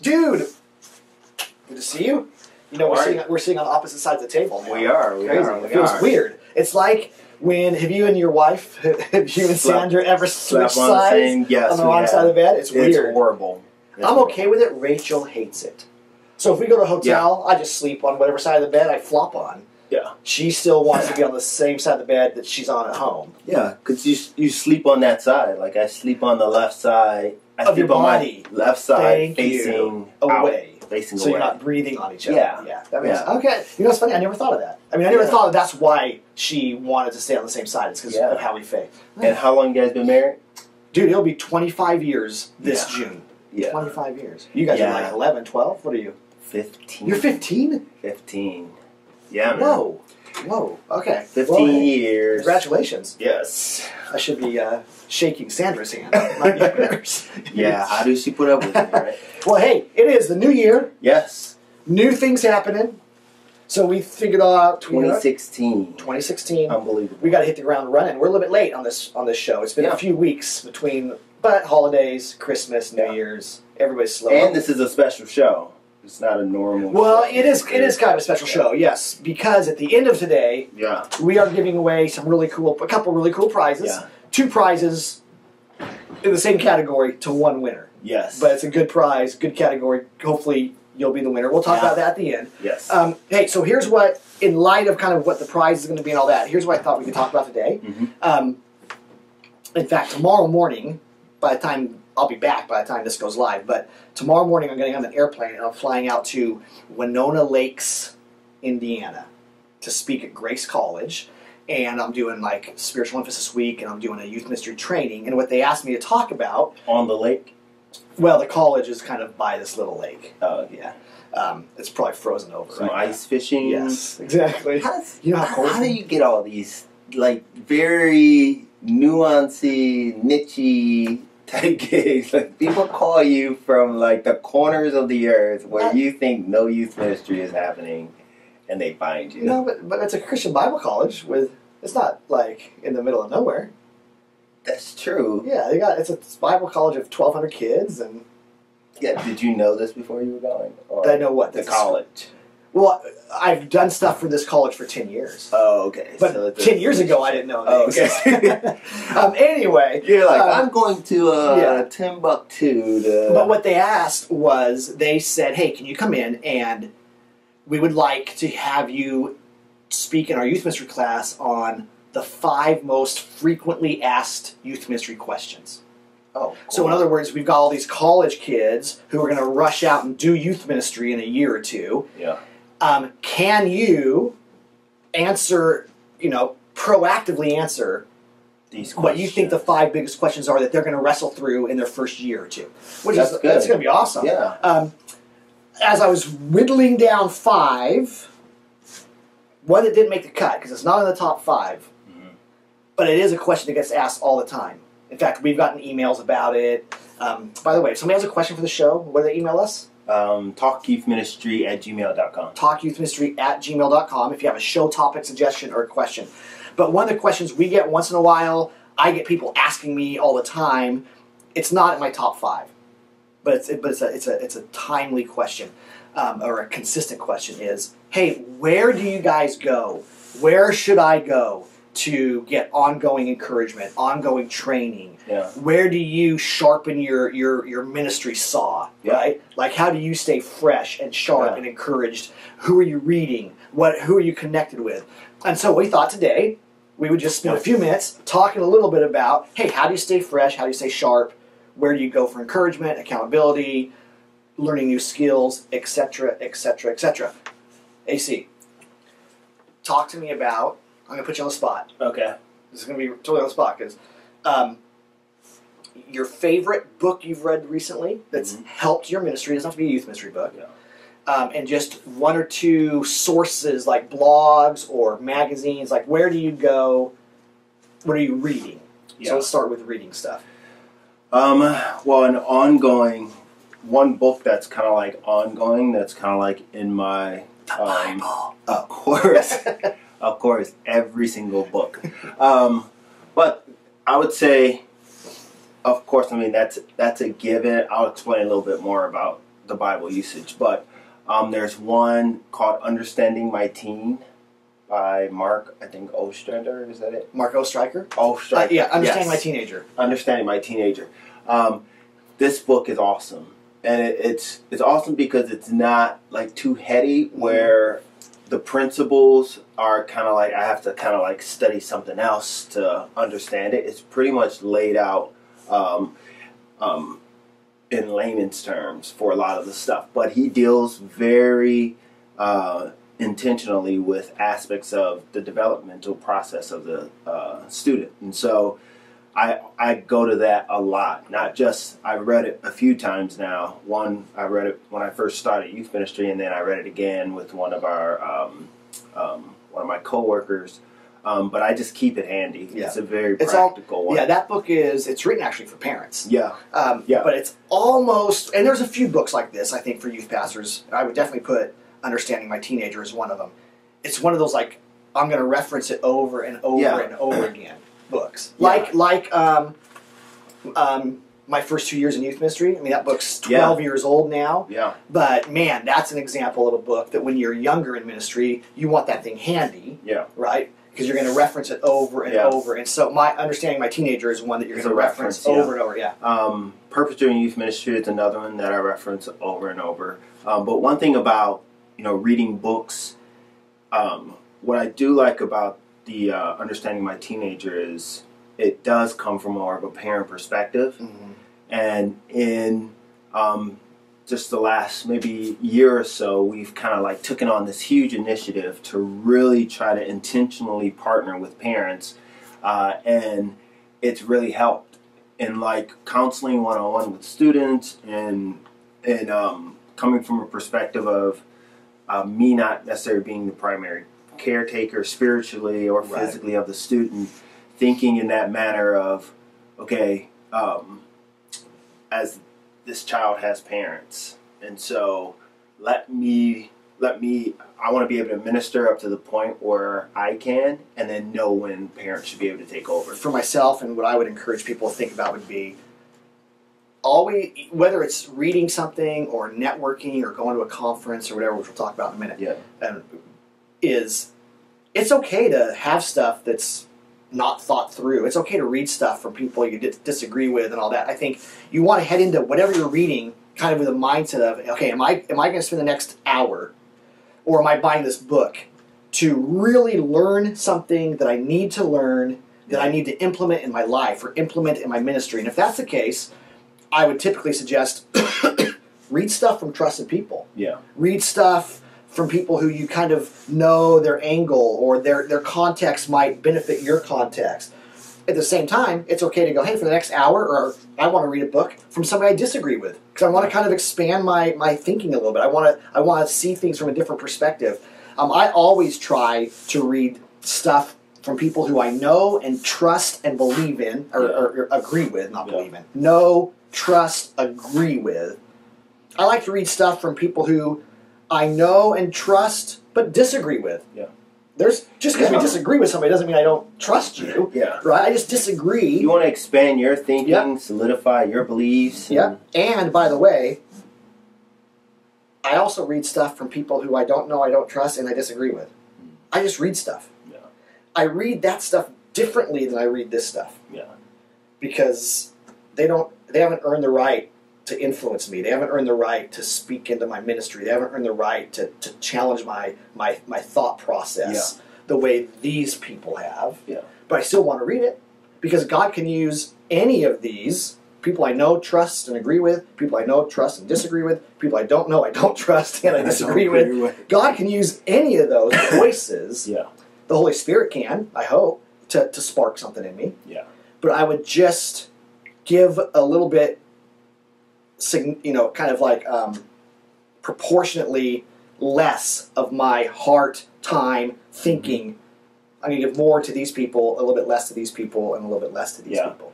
Dude, good to see you. You know, we're, Alright. sitting, we're sitting on opposite sides of the table now. We are. We Crazy. are. We it feels are. weird. It's like when have you and your wife, have you and Slept- Sandra ever Slap switched on the sides same. Yes, on the we wrong have. side of the bed? It's, It's weird. horrible. It's I'm horrible. okay with it. Rachel hates it. So if we go to a hotel, I just sleep on whatever side of the bed I flop on. Yeah. She still wants to be on the same side of the bed that she's on at home. Yeah, because you you sleep on that side. Like I sleep on the left side. I Of sleep your on body. my left side Thank you. facing out, Away. facing So away. you're not breathing on each other. Yeah. Yeah. That makes Yeah. Okay. You know, it's funny. I never thought of that. I mean, I never Yeah. thought that that's why she wanted to stay on the same side. It's because Yeah. of how we fake. and how long you guys been married? Dude, it'll be 25 years this Yeah. June. Yeah, 25 years. You guys Yeah. are like 11, 12? What are you? 15 You're 15? Fifteen. Yeah, man. Whoa. Whoa. Okay. Fifteen Well, hey, years. Congratulations. Yes. I should be uh, shaking Sandra's hand. not yours. Yeah. How do she put up with it, right? Well, hey, it is the new year. yes. New things happening. So we figured out you know, 2016. 2016. Unbelievable. we got to hit the ground running. We're a little bit late on this on this show. It's been Yeah. a few weeks between but holidays, Christmas, New Yeah. Year's. Everybody's slow. and this is a special show. It's not a normal. well, show. it is it is kind of a special show, yes, because at the end of today, Yeah. we are giving away some really cool a couple really cool prizes. Yeah. Two prizes in the same category to one winner. Yes. But it's a good prize, good category. Hopefully, you'll be the winner. We'll talk Yeah. about that at the end. yes. Um, hey, so here's what, in light of kind of what the prize is going to be and all that, here's what I thought we could talk about today. Mhm. Um, in fact, tomorrow morning, by the time I'll be back, by the time this goes live, but tomorrow morning I'm getting on an airplane and I'm flying out to Winona Lakes, Indiana, to speak at Grace College. And I'm doing like spiritual emphasis week, and I'm doing a youth ministry training. And what they asked me to talk about, on the lake. well, the college is kind of by this little lake. Oh yeah. Um, it's probably frozen over. Some right? ice fishing. Yes, exactly. How, does, You know how how, cold- how do you get all these like very nuancy, nichey type gigs? Like people call you from like the corners of the earth where That- you think no youth ministry is happening, and they find you. No, but but it's a Christian Bible college with. It's not like in the middle of nowhere. That's true. Yeah, they got it's a Bible college of twelve hundred kids, and Yeah. Did you know this before you were going? Or I know what the this is- college. Well, I've done stuff for this college for ten years, Oh, okay. but So it's a- ten years ago I didn't know. Oh, they okay. existed. um, anyway, You're like, Um, I'm going to uh, yeah. Timbuktu. To, but what they asked was, they said, "Hey, can you come in and we would like to have you speak in our youth ministry class on the five most frequently asked youth ministry questions." Oh, So in other words, we've got all these college kids who are going to rush out and do youth ministry in a year or two. yeah, Um, can you answer, you know, proactively answer these what you think the questions. five biggest questions are that they're going to wrestle through in their first year or two? Which That's is good. that's going to be awesome. yeah. Um, as I was whittling down five, one that didn't make the cut because it's not in the top 5 Mm-hmm. but it is a question that gets asked all the time. In fact, we've gotten emails about it. Um, by the way, if somebody has a question for the show, what do they email us? um, talkyouthministry at gmail.com. talkyouthmystery at gmail.com if you have a show topic suggestion or a question. But one of the questions we get once in a while, I get people asking me all the time. It's not in my top five, but it's, but it's, a, it's, a, it's a timely question um, or a consistent question is, hey, where do you guys go? Where should I go to get ongoing encouragement, ongoing training? Yeah. where do you sharpen your your your ministry saw Yeah. right like how do you stay fresh and sharp Yeah. and encouraged who are you reading what who are you connected with and so we thought today we would just spend a few minutes talking a little bit about hey how do you stay fresh how do you stay sharp where do you go for encouragement accountability learning new skills etc etc etc ac talk to me about i'm going to put you on the spot Okay. this is going to be totally on the spot because um, your favorite book you've read recently that's Mm-hmm. helped your ministry it doesn't have to be a youth ministry book, Yeah. um, and just one or two sources like blogs or magazines. Like, where do you go? What are you reading? So Yeah. let's start with reading stuff. Um, well, an ongoing, one book that's kind of like ongoing, that's kind of like in my, um, Bible. of course, of course, every single book. Um, but I would say, of course, I mean, that's, that's a given. I'll explain a little bit more about the the Bible usage, but um, there's one called Understanding My Teen by Mark, I think Ostrander, is that it? Marco Striker. Ostrander. Uh, yeah, understand yes. my teenager. Understanding My Teenager. Um, this book is awesome, and it, it's it's awesome because it's not like too heady, where the principles are kind of like I have to kind of like study something else to understand it. It's pretty much laid out um, um, in layman's terms for a lot of the stuff, but he deals very. Uh, intentionally with aspects of the developmental process of the uh, student and so I I go to that a lot. Not just I read it a few times now. One I read it when I first started youth ministry, and then I read it again with one of our um, um, one of my coworkers. Um, but I just keep it handy. Yeah. It's a very It's all- practical one. Yeah, that book is it's written actually for parents. yeah, Um, Yeah. But it's almost, and there's a few books like this, I think, for youth pastors. I would definitely put Understanding My Teenager as one of them. It's one of those, like, I'm going to reference it over and over Yeah. and over again books. Yeah. Like, like, um, um, my first two years in youth ministry. I mean, that book's 12 years old now. yeah, But man, that's an example of a book that when you're younger in ministry, you want that thing handy, yeah. right? Because you're going to reference it over and Yeah. over. And so, my understanding my teenager is one that you're It's going to a reference, reference, yeah. over and over. Yeah. Um, Purpose Driven Youth Ministry is another one that I reference over and over. Um, but one thing about you know reading books, um, what I do like about the uh, understanding my teenager is it does come from more of a parent perspective Mhm. and in um, just the last maybe year or so we've kind of like taken on this huge initiative to really try to intentionally partner with parents uh, and it's really helped in like counseling one-on-one with students and and um, coming from a perspective of uh, me not necessarily being the primary caretaker spiritually or Right. physically of the student thinking in that manner of okay um, as this child has parents and so let me let me i want to be able to minister up to the point where i can and then know when parents should be able to take over for myself and what I would encourage people to think about would be always whether it's reading something or networking or going to a conference or whatever, which we'll talk about in a minute, yeah um, is it's okay to have stuff that's not thought through. It's okay to read stuff from people you dis- disagree with and all that. I think you want to head into whatever you're reading kind of with a mindset of, okay, am I am I going to spend the next hour or am I buying this book to really learn something that I need to learn that I need to implement in my life or implement in my ministry? And if that's the case, I would typically suggest read stuff from trusted people yeah read stuff from people who you kind of know their angle or their, their context might benefit your context. At the same time, it's okay to go, hey, for the next hour, or I want to read a book from somebody I disagree with because I want to kind of expand my, my thinking a little bit. I want to I want to see things from a different perspective. Um, I always try to read stuff from people who I know and trust and believe in, or, Yeah. or, or agree with, not Yeah. believe in. Know, trust, agree with. I like to read stuff from people who I know and trust but disagree with. Yeah. There's just because we Yeah. disagree with somebody doesn't mean I don't trust you, yeah right? I just disagree. you want to expand your thinking Yeah. solidify your beliefs and- yeah. And by the way, I also read stuff from people who I don't know, I don't trust, and I disagree with. Hmm. I just read stuff. Yeah. I read that stuff differently than I read this stuff. Yeah. Because they don't they haven't earned the right to influence me. They haven't earned the right to speak into my ministry. They haven't earned the right to, to challenge my, my my thought process the way these people have. Yeah. But I still want to read it because God can use any of these people I know, trust, and agree with, people I know, trust, and disagree with, people I don't know, I don't trust, and I disagree with. God can use any of those voices. Yeah. The Holy Spirit can, I hope, to, to spark something in me. Yeah. But I would just give a little bit, sign- you know, kind of like um, proportionately less of my heart, time, thinking. Mm-hmm. I'm going to give more to these people, a little bit less to these people, and a little bit less to these Yeah. people.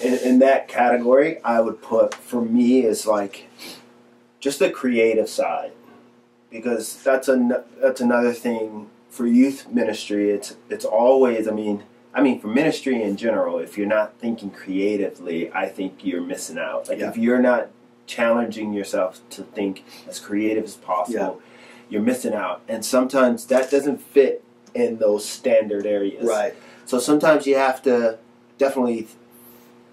in, in that category, I would put for me is like just the creative side because that's an that's another thing for youth ministry. It's it's always I mean I mean for ministry in general. If you're not thinking creatively, I think you're missing out. Like Yeah. if you're not challenging yourself to think as creative as possible, you're missing out. And sometimes that doesn't fit in those standard areas. Right. So sometimes you have to definitely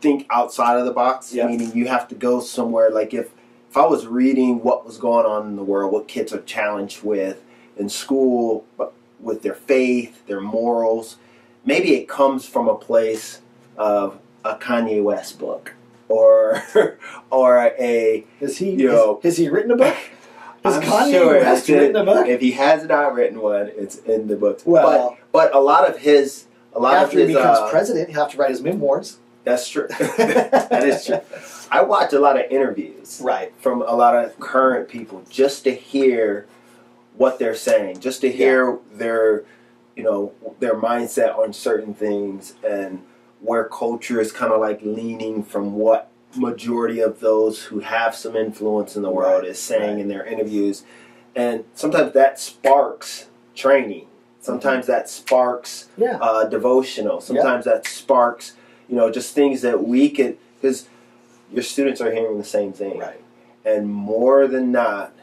think outside of the box. Yeah. Meaning you have to go somewhere like if if I was reading what was going on in the world, what kids are challenged with in school, but with their faith, their morals, maybe it comes from a place of a Kanye West book or or a Has he? Yo. Has, has he written a book? Has I'm Kanye sure West it's in- written a book? if he has not written one, it's in the book. Well- but, but a lot of his a lot After of he his becomes uh, president, he'll have to write his memoirs. That's true. that is true. I watch a lot of interviews Right. from a lot of current people just to hear what they're saying, just to hear their, you know, their mindset on certain things and where culture is kind of like leaning from what majority of those who have some influence in the world Right, is saying right. in their interviews. And sometimes that sparks training. Sometimes Mm-hmm. that sparks Yeah. uh, devotional. Sometimes that sparks, you know, just things that we could, because your students are hearing the same thing. Right. And more than not,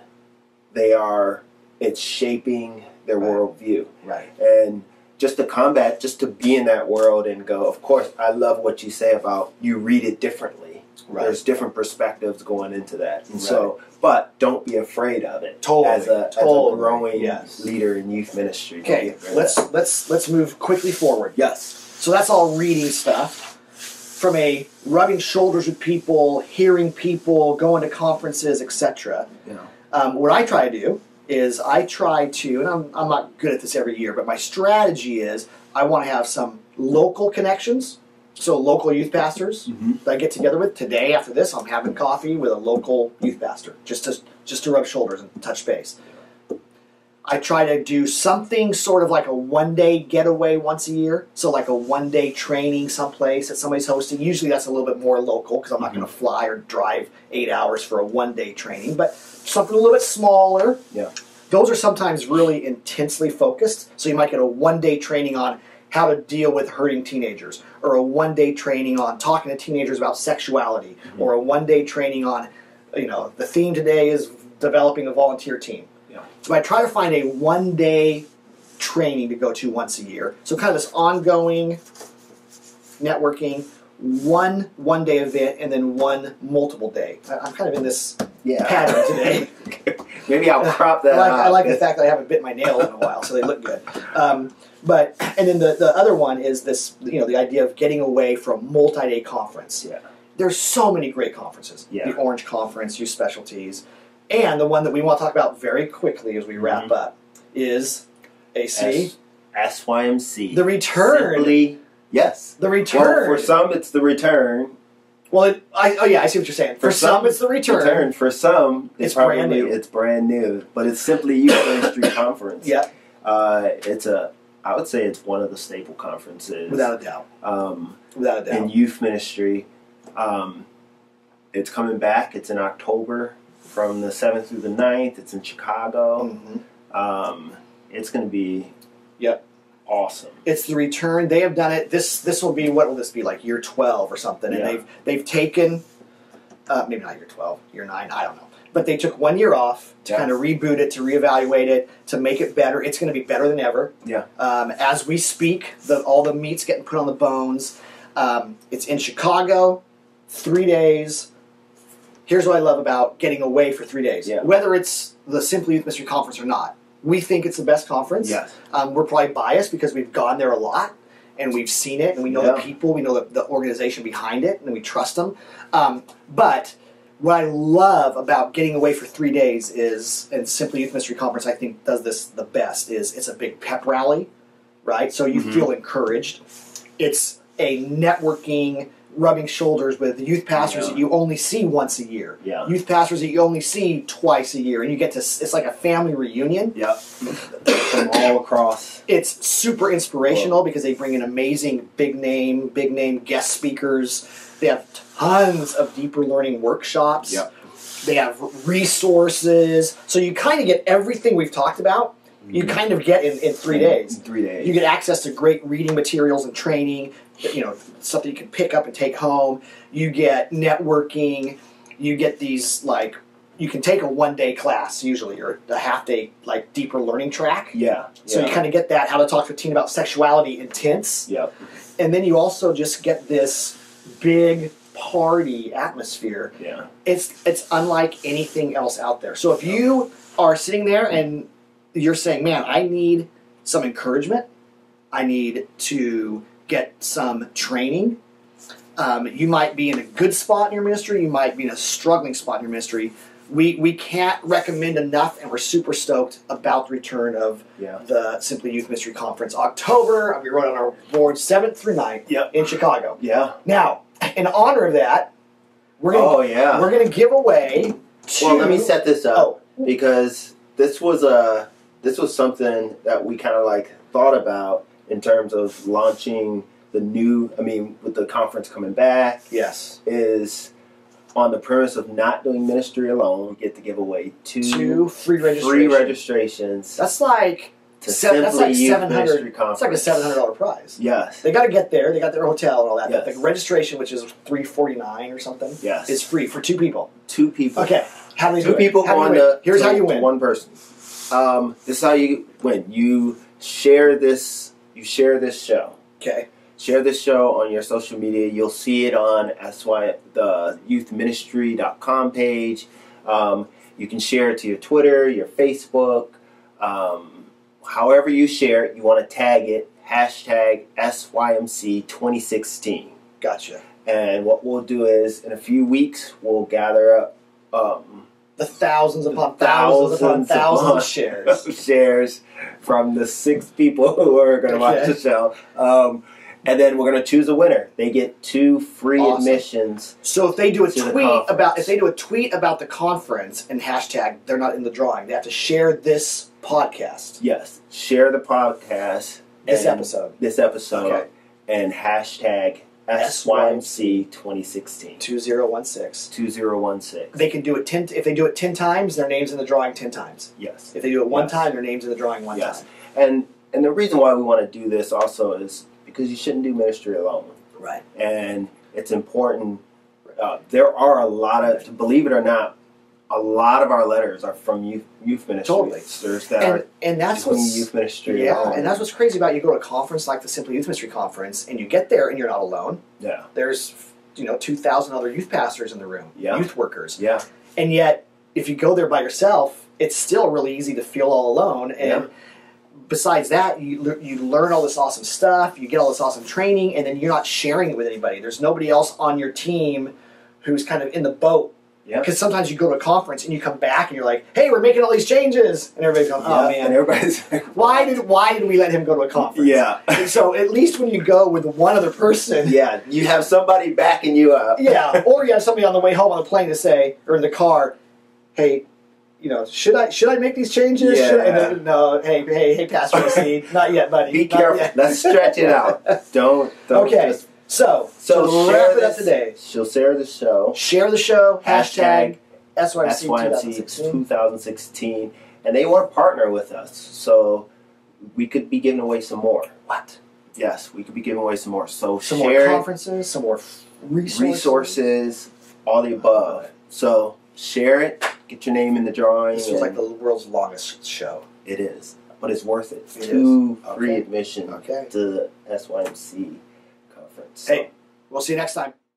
they are, it's shaping their Right. worldview. Right. And just to combat, just to be in that world and go, of course, I love what you say about you read it differently. Right. There's different perspectives going into that. And so, but don't be afraid of it. Totally, As a, as totally, a growing yes. leader in youth ministry. don't be Okay. afraid of Let's that. let's let's move quickly forward. Yes. So that's all reading stuff. From a rubbing shoulders with people, hearing people, going to conferences, etc. You know. Um, what I try to do is I try to, and I'm, I'm not good at this every year, but my strategy is I want to have some local connections. So local youth pastors Mhm. that I get together with today. After this, I'm having coffee with a local youth pastor just to just to rub shoulders and touch base. I try to do something sort of like a one day getaway once a year. So, like a one day training someplace that somebody's hosting. Usually that's a little bit more local because I'm not going to fly or drive eight hours for a one day training, but something a little bit smaller. Yeah. Those are sometimes really intensely focused. So, you might get a one day training on how to deal with hurting teenagers, or a one day training on talking to teenagers about sexuality, or a one day training on, you know, the theme today is developing a volunteer team. Yeah. So I try to find a one day training to go to once a year. So kind of this ongoing networking, one one day event, and then one multiple day. I- I'm kind of in this Yeah. pattern today. Maybe I'll crop that I like, I out. like the fact that I haven't bit my nails in a while, so they look good. Um, but and then the, the other one is this, you know, the idea of getting away from multi-day conference. Yeah. There's so many great conferences. Yeah. The Orange Conference, Youth Specialties, and the one that we want to talk about very quickly as we wrap Mhm. up is AC. S- SYMC. The return. Simply, yes. the return. Well, for some, it's the return. Well, it, I, oh yeah, I see what you're saying. For, For some, some, it's the return. For some, they It's probably, brand new. It's brand new, but it's simply Youth Ministry Conference. Yeah, Uh, it's a, I would say it's one of the staple conferences without a doubt. um, Without a doubt. in youth ministry. Um, it's coming back. It's in October from the 7th through the 9th. It's in Chicago. Mhm. Um, it's going to be Yep. awesome. it's the return. They have done it. This this will be what will this be like year twelve or something? And Yeah. they've they've taken uh, maybe not year twelve, year nine. I don't know. But they took one year off to Yeah. kind of reboot it, to reevaluate it, to make it better. It's going to be better than ever. Yeah. Um, as we speak, the, all the meat's getting put on the bones. Um, it's in Chicago, three days. Here's what I love about getting away for three days. Yeah. Whether it's the Simply Youth Mystery Conference or not, we think it's the best conference. Yes. Um, we're probably biased because we've gone there a lot and we've seen it and we know the Yeah. people, we know the, the organization behind it, and we trust them. Um, but what I love about getting away for three days is, and Simply Youth Mystery Conference, I think, does this the best, is it's a big pep rally, right? So you Mhm. feel encouraged. It's a networking, rubbing shoulders with youth pastors Yeah. that you only see once a year. Yeah. Youth pastors that you only see twice a year, and you get to, s- it's like a family reunion. Yep. From all across. It's super inspirational because they bring in amazing big name, big name guest speakers. They have tons of deeper learning workshops. Yep. They have resources. So you kind of get everything we've talked about, you kind of get in, in three days. Mm-hmm. Three days. You get access to great reading materials and training, you know, stuff that you can pick up and take home. You get networking. you get these like you can take a one day class usually or a half day like deeper learning track. Yeah. So you kind of get that how to talk to a teen about sexuality intense, Yep. and then you also just get this big party atmosphere. Yeah. It's it's unlike anything else out there. So if you are sitting there and you're saying, "Man, I need some encouragement. I need to get some training." Um, you might be in a good spot in your ministry. You might be in a struggling spot in your ministry. We we can't recommend enough, and we're super stoked about the return of Yeah. the Simply Youth Mystery Conference, October. We wrote on our board seventh through 9th Yep. in Chicago. Yeah. Now, in honor of that, we're gonna Oh yeah. we're gonna give away. Two, Well, let me set this up. Oh, because this was a this was something that we kind of like thought about in terms of launching the new i mean with the conference coming back yes, is on the premise of not doing ministry alone we get to give away two, two free free registrations. registrations that's like to seven- that's simply like Youth 700 ministry that's like a conference seven hundred dollar prize. yes They got to get there. They got their hotel and all that. But Yes. the registration, which is three forty nine or something, yes is free for two people. two people Okay, how many two people how do on you win? the Here's to- how you to win. one person um, this is how you win you share this you share this show Okay, share this show on your social media. You'll see it on SY, the youthministry.com page. Um, you can share it to your Twitter, your Facebook, um, however you share it. You want to tag it, hashtag SYMC2016. gotcha. And what we'll do is, in a few weeks, we'll gather up um, The thousands upon thousands, upon Thousands thousands upon- of shares. shares from the six people who are going to watch Okay. the show. Um, and then we're going to choose a winner. They get two free Awesome. admissions. So if they do a To the tweet conference. about if they do a tweet about the conference and hashtag they're not in the drawing, they have to share this podcast, Yes. Share the podcast. this and- episode This episode. Okay. And hashtag SYMC2016. two zero one six. 2016. They can do it ten if they do it ten times, their names in the drawing ten times. Yes. If they do it one Yes. time, their names in the drawing one Yes. time. And and the reason why we want to do this also is because you shouldn't do ministry alone. Right. and it's important. Uh, there are a lot of, believe it or not, a lot of our letters are from youth youth ministers Totally. that And, are and that's doing what's youth ministry. yeah, alone. and that's what's crazy about you go to a conference like the Simply Youth Mystery Conference, and you get there and you're not alone. yeah, There's you know two thousand other youth pastors in the room, Yeah. youth workers. yeah, and yet if you go there by yourself it's still really easy to feel all alone and Yeah. besides that you, lear- you learn all this awesome stuff you get all this awesome training and then you're not sharing it with anybody there's nobody else on your team who's kind of in the boat yeah. because sometimes you go to a conference and you come back and you're like hey we're making all these changes and everybody's going oh Yeah, man and everybody's like, why did why did we let him go to a conference yeah, And so at least when you go with one other person yeah. You have somebody backing you up. yeah, or you have somebody on the way home on the plane to say, or in the car, hey, you know, should I should I make these changes? Should I? And then, no, hey, hey, hey, Pastor C, not yet, buddy. Be not careful. yet." Let's stretch it out. Don't. don't Okay. Just, So, so, so to share wrap it up this- today. She'll share the show. Share the show. Hashtag, SYMC, SYMC 2016. 2016, and they want to partner with us, so we could be giving away some more. What? Yes, we could be giving away some more. So Some more share conferences. Some more f- resources. resources, all the above. So share it. Get your name in the drawing. This was and like the world's longest show. it is, but it's worth it. It Two is. free Okay. admission Okay. to the SYMC conference. Hey. We'll see you next time.